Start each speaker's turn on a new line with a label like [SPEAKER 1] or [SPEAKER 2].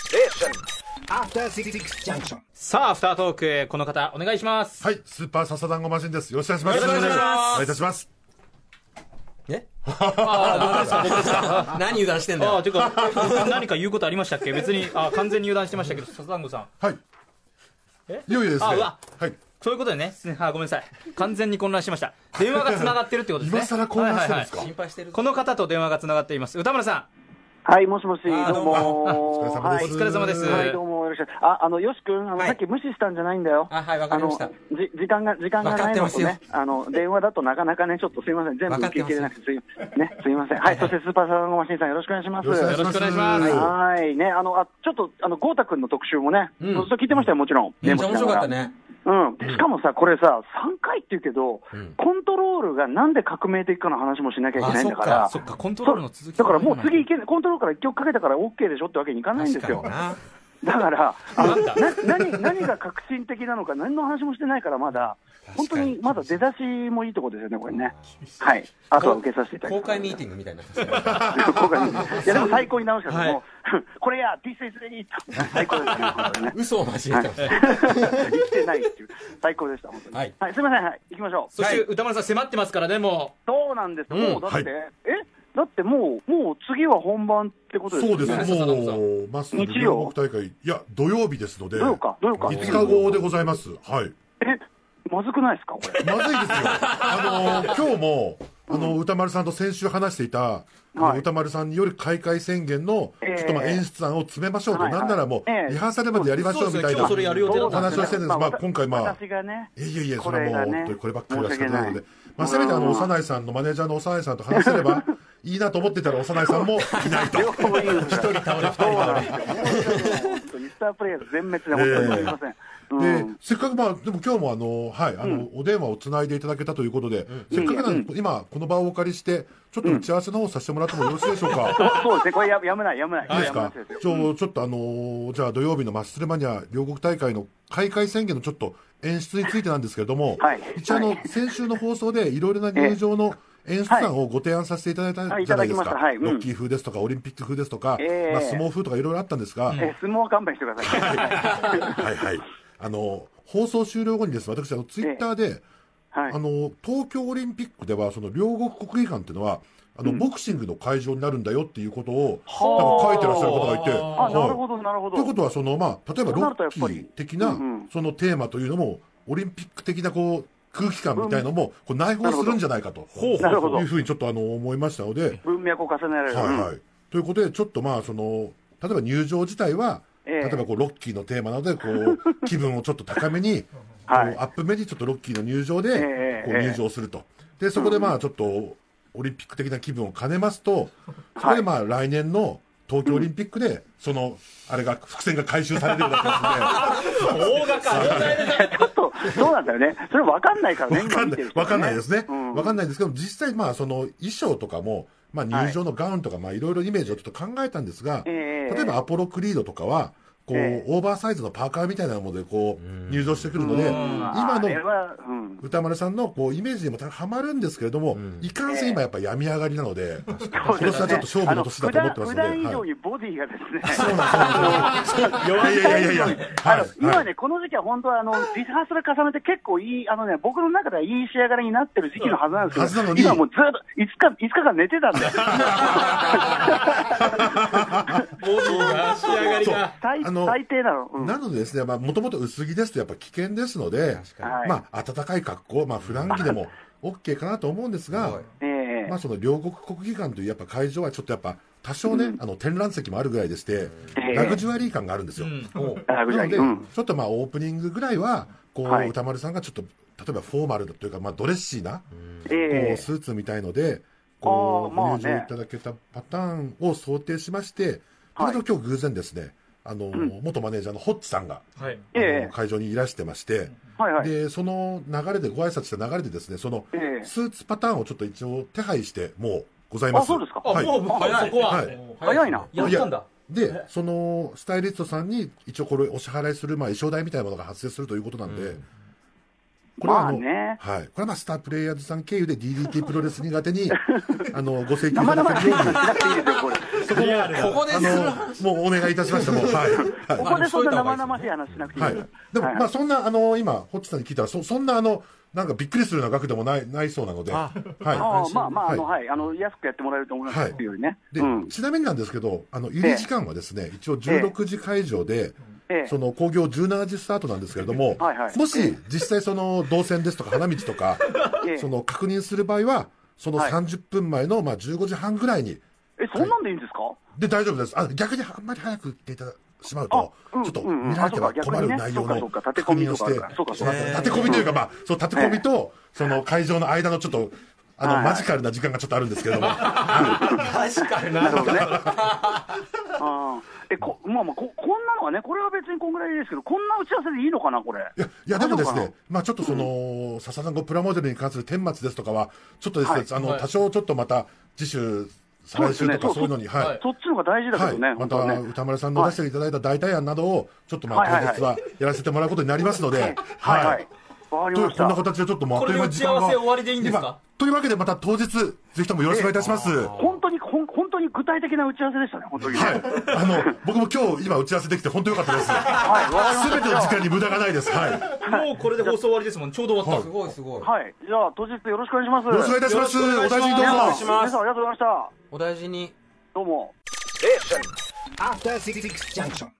[SPEAKER 1] Station.
[SPEAKER 2] After Six Junction.
[SPEAKER 3] さあ、アフタートーク、この方、お願いします。
[SPEAKER 4] はい、スーパーササダンゴマシンです。よろしくお願いします。
[SPEAKER 3] よろしくお願いします
[SPEAKER 4] お願いいたします。
[SPEAKER 5] え何油断してんだ
[SPEAKER 3] ああ、
[SPEAKER 5] よ
[SPEAKER 3] てか、 何か言うことありましたっけ別に、あ完全に油断してましたけど、笹団子さん。
[SPEAKER 4] はい。
[SPEAKER 3] え
[SPEAKER 4] いよいよですね。
[SPEAKER 3] あうわ
[SPEAKER 4] はい。
[SPEAKER 3] そういうことでね、すあごめんなさい。完全に混乱しました。電話が繋がってるってことですね。
[SPEAKER 4] 今更混乱してるんですか
[SPEAKER 3] はいはいはい
[SPEAKER 5] 心配してる
[SPEAKER 3] この方と電話が繋がっています。歌村さ
[SPEAKER 6] はい、もしもし、ど
[SPEAKER 5] あー
[SPEAKER 6] うも。
[SPEAKER 4] お疲れ様です。
[SPEAKER 3] お疲れ様です
[SPEAKER 4] は
[SPEAKER 6] はい、
[SPEAKER 4] い
[SPEAKER 6] どうも、よろしく。あ、あの、よし君、あの、
[SPEAKER 5] はい
[SPEAKER 6] さっき無視したんじゃないんだよ。
[SPEAKER 5] あはいわかりました
[SPEAKER 6] あのじ、時間が、時間がないのと
[SPEAKER 5] わかっ
[SPEAKER 6] ね
[SPEAKER 5] て、
[SPEAKER 6] あの、電話だとなかなかね、ちょっとすいません。全部
[SPEAKER 5] わかっ
[SPEAKER 6] 聞
[SPEAKER 5] て
[SPEAKER 6] き
[SPEAKER 5] ま
[SPEAKER 6] き
[SPEAKER 5] す
[SPEAKER 6] れなくて、すい、ね、すいません。はい、そしてスーパーサーゴマシンさん、よろしくお願いします。
[SPEAKER 4] よろしく
[SPEAKER 3] ん。
[SPEAKER 4] お願
[SPEAKER 3] よろしくお願いし
[SPEAKER 4] お願いし
[SPEAKER 3] ま。
[SPEAKER 4] ますす
[SPEAKER 6] はいね、あのあちょっとあの豪太君の特集もね、
[SPEAKER 5] うん
[SPEAKER 6] ずっと聞いてましたよ、もちろん、
[SPEAKER 5] めっちゃ面
[SPEAKER 6] メモしな
[SPEAKER 5] 白
[SPEAKER 6] が
[SPEAKER 5] からったね
[SPEAKER 6] うん、でしかもさ、これさ、3回って言うけど、
[SPEAKER 5] ん
[SPEAKER 6] コントロールがなんで革命的かの話もしなきゃいけないんだから、
[SPEAKER 5] あ
[SPEAKER 3] そっか、コント
[SPEAKER 6] そ
[SPEAKER 3] ロー
[SPEAKER 6] う
[SPEAKER 3] ルの続き。
[SPEAKER 6] だからもう次いけコントロールから1曲かけたから OK でしょってわけにいかないんで
[SPEAKER 5] 確
[SPEAKER 6] すよ
[SPEAKER 5] かに。な
[SPEAKER 6] だから、あ
[SPEAKER 3] な
[SPEAKER 6] の
[SPEAKER 3] んだ
[SPEAKER 6] な何何が革新的なのか、何の話もしてないから、まだ、本当にまだ出だしもいいとこですよね、これね。はい、あとは受けさせていただき
[SPEAKER 5] 公
[SPEAKER 6] ます
[SPEAKER 5] 開ミーティングみたいになってきた
[SPEAKER 6] 公開ミーティングいや、でも最高に直しかった、
[SPEAKER 5] はい
[SPEAKER 6] もう、 これや、This is it! 最高でしたね、本当にね。
[SPEAKER 5] 嘘を交えてま した
[SPEAKER 6] 生きてないっていう、最高でした、本当に。
[SPEAKER 5] は
[SPEAKER 6] はいい、すみません、はい、行きましょう。
[SPEAKER 3] そして、歌丸さん迫ってますからね、も
[SPEAKER 6] そうなんです、
[SPEAKER 5] ん
[SPEAKER 6] もうだって、
[SPEAKER 4] はい
[SPEAKER 6] えだってもう、もう次は本番ってことです
[SPEAKER 4] そ
[SPEAKER 6] よ
[SPEAKER 4] うで
[SPEAKER 6] ね。
[SPEAKER 4] す。もう、まっすぐ
[SPEAKER 6] 日曜
[SPEAKER 4] 両国大会、いや、土曜日ですので、
[SPEAKER 6] どうよか、どうよか。
[SPEAKER 4] 5日後でございます。はい。
[SPEAKER 6] え、まずくないですか、これ。
[SPEAKER 4] まずいですよ。あの、今日も、あの、歌丸さんと先週話していた、あの
[SPEAKER 6] はい
[SPEAKER 4] 歌丸さんによる開会宣言の、
[SPEAKER 6] ええ
[SPEAKER 4] ちょっとまあ演出案を詰めましょうと、
[SPEAKER 6] はいはい
[SPEAKER 4] なんならも
[SPEAKER 6] え
[SPEAKER 4] う、
[SPEAKER 6] え
[SPEAKER 4] リハーサルまでやりましょうみた
[SPEAKER 3] そう
[SPEAKER 4] い
[SPEAKER 3] ですね今
[SPEAKER 4] な
[SPEAKER 3] 日それやる予定だ
[SPEAKER 4] お
[SPEAKER 3] ったんです
[SPEAKER 4] 話
[SPEAKER 3] よ
[SPEAKER 4] をしてるんです。まあ
[SPEAKER 6] わ
[SPEAKER 4] 今回まあ、
[SPEAKER 6] 私がね、
[SPEAKER 4] いえいえいえ、そ
[SPEAKER 6] こ
[SPEAKER 4] れ
[SPEAKER 6] れ
[SPEAKER 4] は
[SPEAKER 6] が
[SPEAKER 4] もう、
[SPEAKER 6] ね
[SPEAKER 4] 本当にこればっかりは仕方ないので
[SPEAKER 6] 申し訳ない、
[SPEAKER 4] まあ、せめてあ
[SPEAKER 6] う
[SPEAKER 4] の、
[SPEAKER 6] ん
[SPEAKER 4] 幼いさんの、マネージャーの幼いさんと話せれ ば、いいなと思ってたら、幼いさんもいないと。
[SPEAKER 6] 両方いいですよ。そうなんですよ。本当にスタープレイヤー全滅で、本当にすみません。う
[SPEAKER 4] で
[SPEAKER 6] ん、
[SPEAKER 4] せっかくまあ、でも今日もあの、はい、あの、お電話をつないでいただけたということで、せっかくなんで、今、この場をお借りして、ちょっと打ち合わせの方をさせてもらってもよろしいでしょうか。
[SPEAKER 6] そうそうですね、これややめない、やめな
[SPEAKER 4] いい
[SPEAKER 6] い。
[SPEAKER 4] です
[SPEAKER 6] やめな
[SPEAKER 4] か
[SPEAKER 6] しですよ
[SPEAKER 4] ちょちょっとあのーじゃあ土曜日のマッスルマニア両国大会の開会宣言のちょっと演出についてなんですけれども、
[SPEAKER 6] はい
[SPEAKER 4] 一応あの、
[SPEAKER 6] はい
[SPEAKER 4] 先週の放送でいろいろな入場の演出案をご提案させていただいた
[SPEAKER 6] はい
[SPEAKER 4] じゃないですか、
[SPEAKER 6] あいただきましたはいうん
[SPEAKER 4] ロッキー風ですとかオリンピック風ですとか、
[SPEAKER 6] ええ
[SPEAKER 4] まあ、相撲風とかいろいろあったんですが、
[SPEAKER 6] え、相撲は勘弁してください。
[SPEAKER 4] はいはいあの放送終了後にですね私あのツイッターで、
[SPEAKER 6] はい
[SPEAKER 4] あ。の東京オリンピックではその両国国技館っていうのはあの、ボクシングの会場になるんだよっていうことを多分書いてらっしゃる方がいて
[SPEAKER 6] あ、な
[SPEAKER 4] はい
[SPEAKER 6] るほど、なるほど。
[SPEAKER 4] ということはその、まあ、例えば
[SPEAKER 6] そう
[SPEAKER 4] ロ
[SPEAKER 6] なるとや
[SPEAKER 4] ッ
[SPEAKER 6] っ
[SPEAKER 4] キ
[SPEAKER 6] ぱり
[SPEAKER 4] ー的な
[SPEAKER 6] うんうん
[SPEAKER 4] そのテーマというのも、オリンピック的なこう空気感みたいのもこう内包するんじゃないかと
[SPEAKER 6] なるほど
[SPEAKER 4] いうふうにちょっとあの思いましたので、
[SPEAKER 6] 文脈を重ねられる。
[SPEAKER 4] はい
[SPEAKER 6] うん
[SPEAKER 4] はい。ということで、ちょっとまあその、例えば入場自体は、
[SPEAKER 6] ええ
[SPEAKER 4] 例えばこうロッキーのテーマなのでこ う気分をちょっと高めに、
[SPEAKER 6] はい
[SPEAKER 4] こうアップ目にちょっとロッキーの入場で
[SPEAKER 6] ええ
[SPEAKER 4] こう
[SPEAKER 6] ええ
[SPEAKER 4] 入場すると、でそこでまあちょっとオリンピック的な気分を兼ねますと、そこでまあ来年の東京オリンピックで、そのあれが伏線が回収されるようになってま
[SPEAKER 3] う。大がか、大が
[SPEAKER 6] ちょっと、そうなんだよね。それ分かんないから ね、
[SPEAKER 4] すんで、わかんないわかんないですね、
[SPEAKER 6] うん
[SPEAKER 4] わかんないですけど、実際、まあその衣装とかも、まあ、入場のガウンとか、まあいろいろイメージをちょっと考えたんですが、
[SPEAKER 6] ええ
[SPEAKER 4] 例えばアポロクリードとかは、こう
[SPEAKER 6] ええ
[SPEAKER 4] オーバーサイズのパーカーみたいなものでこう入場してくるので、今
[SPEAKER 6] あれ
[SPEAKER 4] の
[SPEAKER 6] は、うん。
[SPEAKER 4] 歌丸さんのこうイメージにもたはまるんですけれども、いかんせん今、やっぱ病み上がりなので、今年はちょっと勝負の年だと思ってますので。
[SPEAKER 6] あの普段普段以上
[SPEAKER 4] はい
[SPEAKER 6] にボディがですね、
[SPEAKER 4] そうなんですそうなんですいやいやいやいや、
[SPEAKER 6] あの今
[SPEAKER 4] はい
[SPEAKER 6] ね、この時期は本当はあの、リハーサル重ねて結構いい、あのね、僕の中ではいい仕上がりになってる時期のはずなんです
[SPEAKER 4] はず
[SPEAKER 6] け
[SPEAKER 4] なの
[SPEAKER 6] ど、
[SPEAKER 4] に
[SPEAKER 6] 今もうずっと5日、5日間寝てたん だよ。
[SPEAKER 3] ボディが仕上がりが。
[SPEAKER 6] 最
[SPEAKER 4] あの
[SPEAKER 6] 最低なの。うん
[SPEAKER 4] なのでですね、まあ、もともと薄着ですとやっぱ危険ですので、
[SPEAKER 6] はい
[SPEAKER 4] まあ、暖かい格好、まあ、普段着でも OK かなと思うんです
[SPEAKER 5] すご
[SPEAKER 4] が
[SPEAKER 5] い、
[SPEAKER 6] ええ
[SPEAKER 4] まあ、その両国国技館というやっぱ会場はちょっとやっぱ多少ね、あの展覧席もあるぐらいでして、
[SPEAKER 6] ええ
[SPEAKER 4] ラグジュアリー感があるんですよ、
[SPEAKER 3] うん
[SPEAKER 6] ラグジュ
[SPEAKER 4] なの
[SPEAKER 6] アリ
[SPEAKER 4] で、
[SPEAKER 6] ーうん
[SPEAKER 4] ちょっとまあオープニングぐらいはこう、
[SPEAKER 6] はい
[SPEAKER 4] 歌丸さんがちょっと例えばフォーマルというか、まあ、ドレッシーな、こ
[SPEAKER 6] え
[SPEAKER 4] う
[SPEAKER 6] え
[SPEAKER 4] スーツみたいのでこう
[SPEAKER 6] あーま
[SPEAKER 4] ご
[SPEAKER 6] あね
[SPEAKER 4] 入場いただけたパターンを想定しまして、
[SPEAKER 6] は
[SPEAKER 4] ただ
[SPEAKER 6] い
[SPEAKER 4] 今日偶然ですねあの、元マネージャーのホッチさんが、
[SPEAKER 3] はい。
[SPEAKER 4] あの
[SPEAKER 6] ええ
[SPEAKER 4] 会場にいらしてまして、
[SPEAKER 6] はいはい。
[SPEAKER 4] でその流れでご挨拶した流れでですねその
[SPEAKER 6] ええ
[SPEAKER 4] スーツパターンをちょっと一応手配してもうございます
[SPEAKER 6] あそうですか
[SPEAKER 3] あ、
[SPEAKER 4] はい
[SPEAKER 3] もう、もうそこは
[SPEAKER 4] は。い
[SPEAKER 6] 早いな。
[SPEAKER 3] やったんだ。
[SPEAKER 4] でそのスタイリストさんに一応これお支払いする、まあ、衣装代みたいなものが発生するということなんで、これはあの、
[SPEAKER 6] まあね
[SPEAKER 4] はい。これはまあスタープレイヤーズさん経由で DDT プロレス苦 手に、あの、ご請求い
[SPEAKER 6] 生
[SPEAKER 4] ただ
[SPEAKER 6] 々
[SPEAKER 4] け
[SPEAKER 6] しい
[SPEAKER 4] るよう
[SPEAKER 6] 話
[SPEAKER 4] に、
[SPEAKER 6] しなくていいですよ、これ。
[SPEAKER 3] リアルな
[SPEAKER 5] ここです
[SPEAKER 4] あの、もうお願いいたしました。もう、はい。はい
[SPEAKER 6] ここでそんな生々しい話しなくていい
[SPEAKER 4] はい
[SPEAKER 6] ですよ。、
[SPEAKER 4] でも、
[SPEAKER 6] はい
[SPEAKER 4] まあ、そんな、あの、今、ホッチさんに聞いたら、そ、そんな、あの、なんかびっくりするような額でもない、ないそうなので。は
[SPEAKER 5] あ
[SPEAKER 6] ああ
[SPEAKER 4] い。
[SPEAKER 6] まあまあ、あの、
[SPEAKER 4] は
[SPEAKER 6] はい、あの、安くやってもらえると思いますっていうよりね。
[SPEAKER 4] で、
[SPEAKER 6] うん。
[SPEAKER 4] ちなみになんですけど、あの、入り時間はですね、一応16時会場で。
[SPEAKER 6] ええ
[SPEAKER 4] そ。の興行17時スタートなんですけれども、
[SPEAKER 6] はいはい
[SPEAKER 4] もし実際、その動線ですとか花道とか、
[SPEAKER 6] ええ
[SPEAKER 4] その確認する場合は、その
[SPEAKER 6] はい
[SPEAKER 4] 30分前のまあ15時半ぐらいに、
[SPEAKER 6] え、そんなんでいいんですか
[SPEAKER 4] で大丈夫です、あ逆にあんまり早く行っていただしまう
[SPEAKER 6] あ
[SPEAKER 4] と、
[SPEAKER 6] うん
[SPEAKER 4] ちょっと
[SPEAKER 6] うん
[SPEAKER 4] 見られては困る
[SPEAKER 6] あ
[SPEAKER 4] 内容
[SPEAKER 6] そ
[SPEAKER 4] の
[SPEAKER 6] うか逆
[SPEAKER 4] 確
[SPEAKER 6] にね
[SPEAKER 4] 認をして、
[SPEAKER 6] そうかそうか立て込みとかあるからそうかそうか
[SPEAKER 4] そう立て込みというか、まあ、そう立て込みと、その会場の間のちょっと、あ
[SPEAKER 6] は
[SPEAKER 4] の
[SPEAKER 6] い
[SPEAKER 4] マジカルな時間がちょっとあるんですけ れども、
[SPEAKER 5] 確かに
[SPEAKER 6] な
[SPEAKER 5] な
[SPEAKER 6] るほど ね。あーえ、こ、まあまあ、こ、こんなのはね、これは別にこんぐらいですけど、こんな打ち合わせでいいのかな、これ。
[SPEAKER 4] いや、いやでもです
[SPEAKER 6] 大丈夫
[SPEAKER 4] ね
[SPEAKER 6] か、
[SPEAKER 4] まあちょっとその、笹さんごプラモデルに関する顛末ですとかは、ちょっとですね、
[SPEAKER 6] はい
[SPEAKER 4] あの、多少ちょっとまた、次週、再来週とか
[SPEAKER 6] そうですね
[SPEAKER 4] そういうのに、はい
[SPEAKER 6] な。そっちの方が大事だ
[SPEAKER 4] は
[SPEAKER 6] け
[SPEAKER 4] い、
[SPEAKER 6] どね、
[SPEAKER 4] ま
[SPEAKER 6] 本当は
[SPEAKER 4] た
[SPEAKER 6] ね。
[SPEAKER 4] 歌丸さんの出していただいた代替案などを、ちょっとまあ、
[SPEAKER 6] はい
[SPEAKER 4] 当日はやらせてもらうことになりますので、
[SPEAKER 6] はいはい。わかり
[SPEAKER 4] とい
[SPEAKER 6] ま
[SPEAKER 4] う
[SPEAKER 6] し
[SPEAKER 4] こんな
[SPEAKER 6] た。
[SPEAKER 4] 形でちょっともうあっという間に時
[SPEAKER 3] こ
[SPEAKER 4] 間が
[SPEAKER 3] れで打ち合わせ終わりでいいんですか
[SPEAKER 4] 今というわけでまた当日、ぜひともよろしくお願いいたします。は
[SPEAKER 6] 本当に、ほん本当に具体的な打ち合わせでしたね、本当にね。はい
[SPEAKER 4] い、あの僕も今日今打ち合わせできて本当良かったです。す、
[SPEAKER 6] わかりました
[SPEAKER 4] べての時間に無駄がないです。はい、よ
[SPEAKER 3] もうこれで放送終わりですもん。ちょうど終わっ
[SPEAKER 5] すごいすごい。
[SPEAKER 6] はい。じゃあ、当日よろしくお願いします。
[SPEAKER 4] ろしくお願いいたします。
[SPEAKER 3] よろ
[SPEAKER 4] お
[SPEAKER 3] しくお願いします
[SPEAKER 4] 大事にどうぞ
[SPEAKER 5] お願い。
[SPEAKER 6] 皆さん
[SPEAKER 5] します
[SPEAKER 6] 皆さんありがとうございました。
[SPEAKER 5] お大事に。
[SPEAKER 6] どうも。
[SPEAKER 2] After Six Junction.